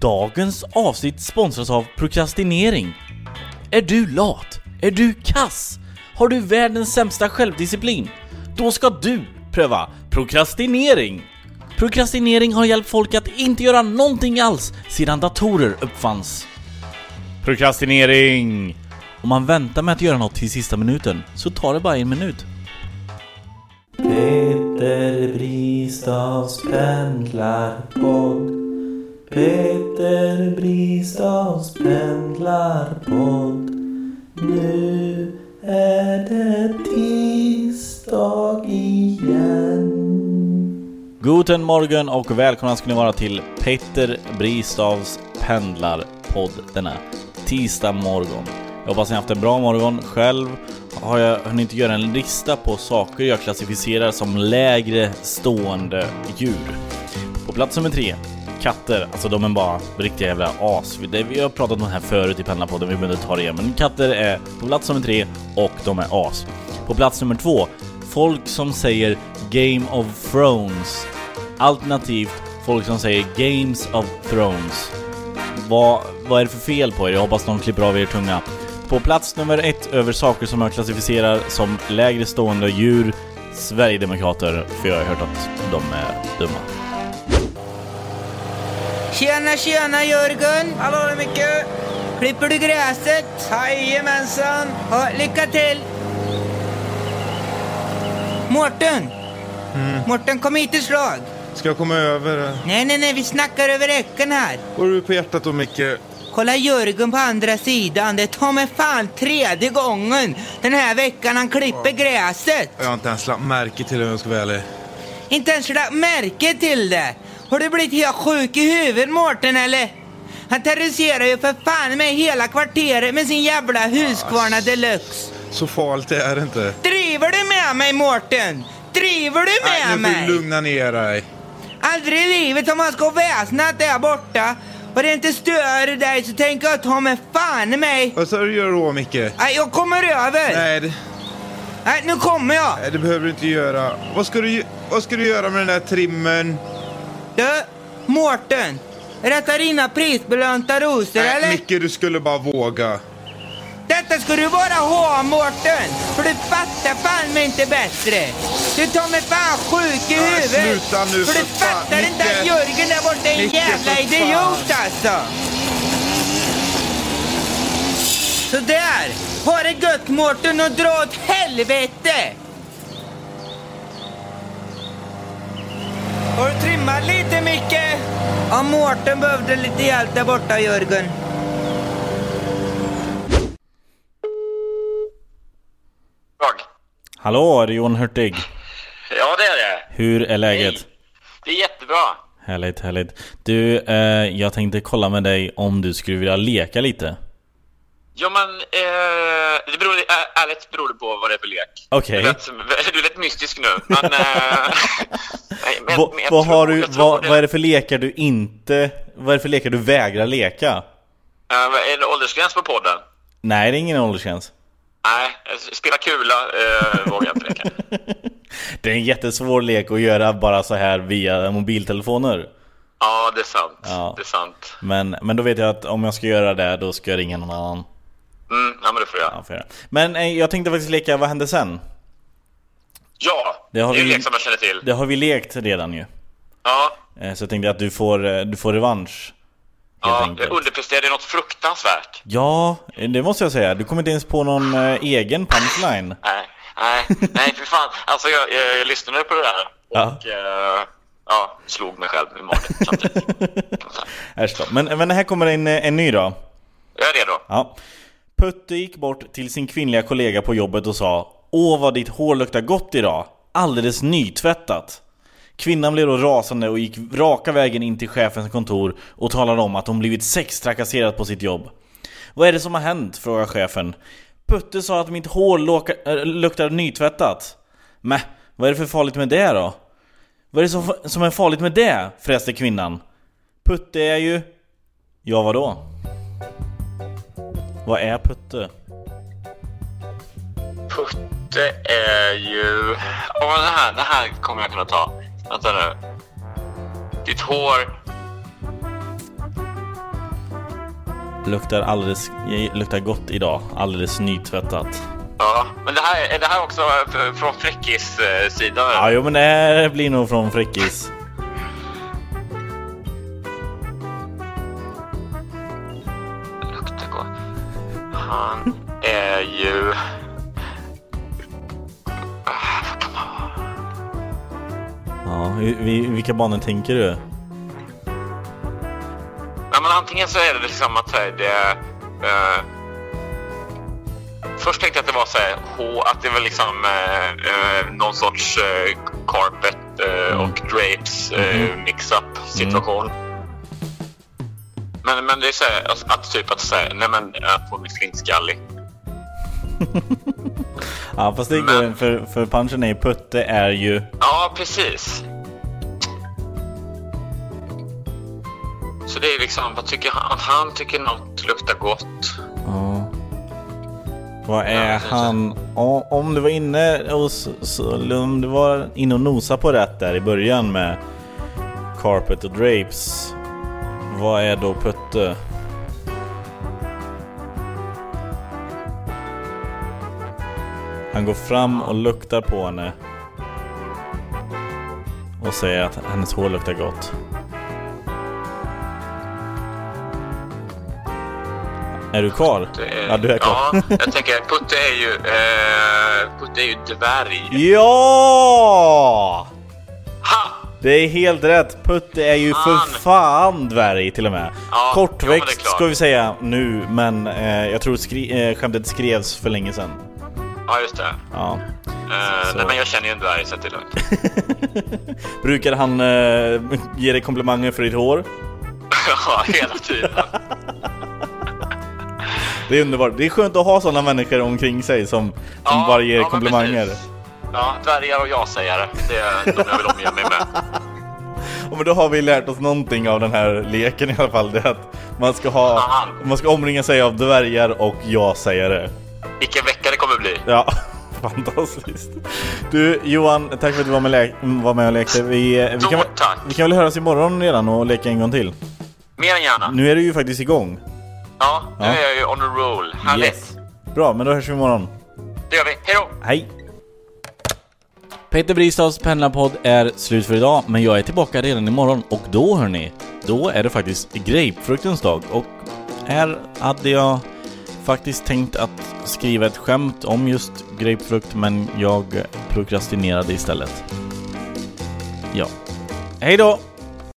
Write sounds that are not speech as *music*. Dagens avsnitt sponsras av prokrastinering. Är du lat? Är du kass? Har du världens sämsta självdisciplin? Då ska du pröva prokrastinering! Prokrastinering har hjälpt folk att inte göra någonting alls sedan datorer uppfanns. Prokrastinering! Om man väntar med att göra något till sista minuten så tar det bara en minut. Peter Bristavs pendlarpodd. Peter Bristavs pendlarpodd. Nu är det tisdag igen. Guten morgon och välkomna ska ni vara till Petter Bristavs pendlarpodd denna tisdag morgon. Jag hoppas ni har haft en bra morgon. Själv har jag hunnit inte göra en lista på saker jag klassificerar som lägre stående djur. På plats nummer tre, katter. Alltså de är bara riktiga jävla as. Det- Vi har pratat om det här förut i Pendlarpodden, vi behöver inte ta det igen. Men katter är på plats nummer tre och de är as. På plats nummer två, folk som säger Game of Thrones. Alternativt folk som säger Games of Thrones. Vad, vad är det för fel på er? Jag hoppas någon klipper av er tunga. På plats nummer ett över saker som jag klassificerar som lägre stående djur, Sverigedemokrater. För jag har hört att de är dumma. Tjena, tjena Jörgen! Hallå Micke! Klipper du gräset? Jajamensan! Ja, lycka till! Mårten! Mårten, kom hit ett slag! Ska jag komma över? Nej, nej, nej, vi snackar över räcken här. Vad har du på hjärtat då Micke? Kolla Jörgen på andra sidan. Det tar mig fan tredje gången den här veckan han klipper gräset. Jag har inte ens lagt märke till det om jag ska vara ärlig. Inte ens lagt märke till det. Har du blivit helt sjuk i huvudet Mårten eller? Han terroriserar ju för fan med hela kvarteret med sin jävla Husqvarna deluxe. Så farligt är det inte. Driver du med mig Mårten? Driver du Nej, med nu får mig? du lugna ner dig. Aldrig i livet om han ska väsna att det är borta. Och det inte stör dig så tänker jag ta mig fan i mig. Vad ska du göra då Micke? Nej, Jag kommer över. Nej. Nej, det, nu kommer jag. nej, det behöver du inte göra. Vad ska du, vad ska du göra med den där trimmern? Du, Mårten. Rättar dina prisbelönta rosor Nej, eller? Micke, du skulle bara våga. Detta ska du bara ha Mårten! För du fattar fan mig inte bättre! Du tar mig fan sjuk i Nej, huvudet! sluta nu, för du för fan. fattar inte att Micke. Jörgen där borta är en Micke, jävla för fan. idiot alltså! Sådär! Ha det gött Mårten och dra åt helvete! Har du trimmat lite Micke? Ja, Mårten behövde lite hjälp där borta Jörgen. Jag. Hallå, är det Johan Hurtig? Ja, det är det. Hur är läget? Det är jättebra. Härligt, härligt. Du, eh, jag tänkte kolla med dig om du skulle vilja leka lite. Ja, men eh, det beror, ä- ärligt beror det på vad det är för lek. Okej. Du, lät, *laughs* du lät mystisk nu, men... eh, *laughs* nej, men- Va, men jag vad, tror- har du, jag tror vad, vad är det för lekar du inte... Vad är det för lekar du vägrar leka? eh, är det åldersgräns på podden? Nej, det är ingen åldersgräns. Nej, spela kula eh, vågar jag inte leka. *laughs* Det är en jättesvår lek att göra bara så här via mobiltelefoner. Ja, det är sant. Ja. Det är sant. Men, men då vet jag att om jag ska göra det, då ska jag ringa någon annan. Mm, ja, men det får jag. Ja, får jag göra. Men eh, jag tänkte faktiskt leka, vad händer sen? Ja, Det det, har är ju en vi- lek som jag känner till. Det har vi lekt redan ju. Ja, Eh, så jag tänkte att du får, eh, du får revansch. Helt ja enkelt. jag underpresterade något fruktansvärt. Ja, det måste jag säga. Du kommer inte ens på någon eh, egen punchline. Nej, nej, nej för fan. Alltså jag, jag, jag lyssnade på det där och ja. eh, ja, slog mig själv i magen samtidigt. Äsch då. Men, men här kommer en, eh, en ny då. Jag är redo. Ja. Putte gick bort till sin kvinnliga kollega på jobbet och sa Åh vad ditt hår luktar gott idag! Alldeles nytvättat! Kvinnan blev då rasande och gick raka vägen in till chefens kontor och talade om att hon blivit sextrakasserad på sitt jobb. Vad är det som har hänt? frågar chefen. Putte sa att mitt hår låka, äh, luktar nytvättat. Mäh, vad är det för farligt med det då? Vad är det som, som är farligt med det? fräste kvinnan. Putte är ju... Ja, vadå? då? Vad är Putte? Putte är ju... Åh, det, här, det här kommer jag kunna ta. Vänta nu. Ditt hår... Luktar alldeles... Luktar gott idag. Alldeles nytvättat. Ja, men det här, är det här också f- från Fräckis eh, sida? Ja, jo men det här blir nog från Fräckis. Luktar gott. Han är ju... Ah, vad kan man ha? Ja, vi- vi, vilka banor tänker du? Ja, men antingen så är det liksom att så här, det... Eh, först tänkte jag att det var så här, H, att det var liksom eh, eh, någon sorts eh, carpet eh, och drapes eh, mix-up situation. Men, men det är så här, alltså, att typ att säga, nej men att hon är flintskallig. Ja, fast det går för, för punchen är ju Putte är ju... Ja, precis. Så det är liksom, vad tycker han? Han tycker något luktar gott. Ja. Vad Ja, är precis. han? O- Om du var inne hos, så- om du var inne och nosa på rätt där i början med Carpet och Drapes. Vad är då Putte? Han går fram och luktar på henne. Och säger att hennes hår luktar gott. Är du kvar? Det är- Ja, du är kvar. Eh, Ja, jag tänker Putte är ju, eh, Putte är ju dvärg. Ja! Ha! Det är helt rätt. Putte är ju Fan. för fan dvärg till och med. Ja, jo, men det är Kortväxt klart. ska vi säga nu, men eh, jag tror skri- eh, skämtet skrevs för länge sedan. Ja, just det. Ja. Eh, Så. nej, men jag känner ju en dvärg så att det är lugnt. *laughs* Brukar han eh, ge dig komplimanger för ditt hår? ja, hela *laughs* tiden. Det är underbart. Det är skönt att ha sådana människor omkring sig som, som Ja, bara ger ja, men komplimanger. precis. Ja, dvärgar och jag-sägare. Det är de jag vill omge mig med. Ja, men då har vi lärt oss någonting av den här leken i alla fall. Det är att man ska, ha, Fan. man ska omringa sig av dvärgar och ja-sägare. Vilken vecka det kommer bli. Ja, *laughs* fantastiskt. Du Johan, tack för att du var med, lä- var med och lekte. Vi, eh, vi, kan, väl- Stort tack. vi kan väl höras imorgon redan och leka en gång till. Mer än gärna. Nu är du ju faktiskt igång. Ja, nu Ja. är jag ju on a roll. Härligt. Bra, men då hörs vi imorgon. Det gör vi. Hej då! Hej! Peter Bristads pendlarpodd är slut för idag, men jag är tillbaka redan imorgon och då hörni, då är det faktiskt grapefruktens dag och här hade jag faktiskt tänkt att skriva ett skämt om just grapefrukt men jag prokrastinerade istället. Ja. Hej då!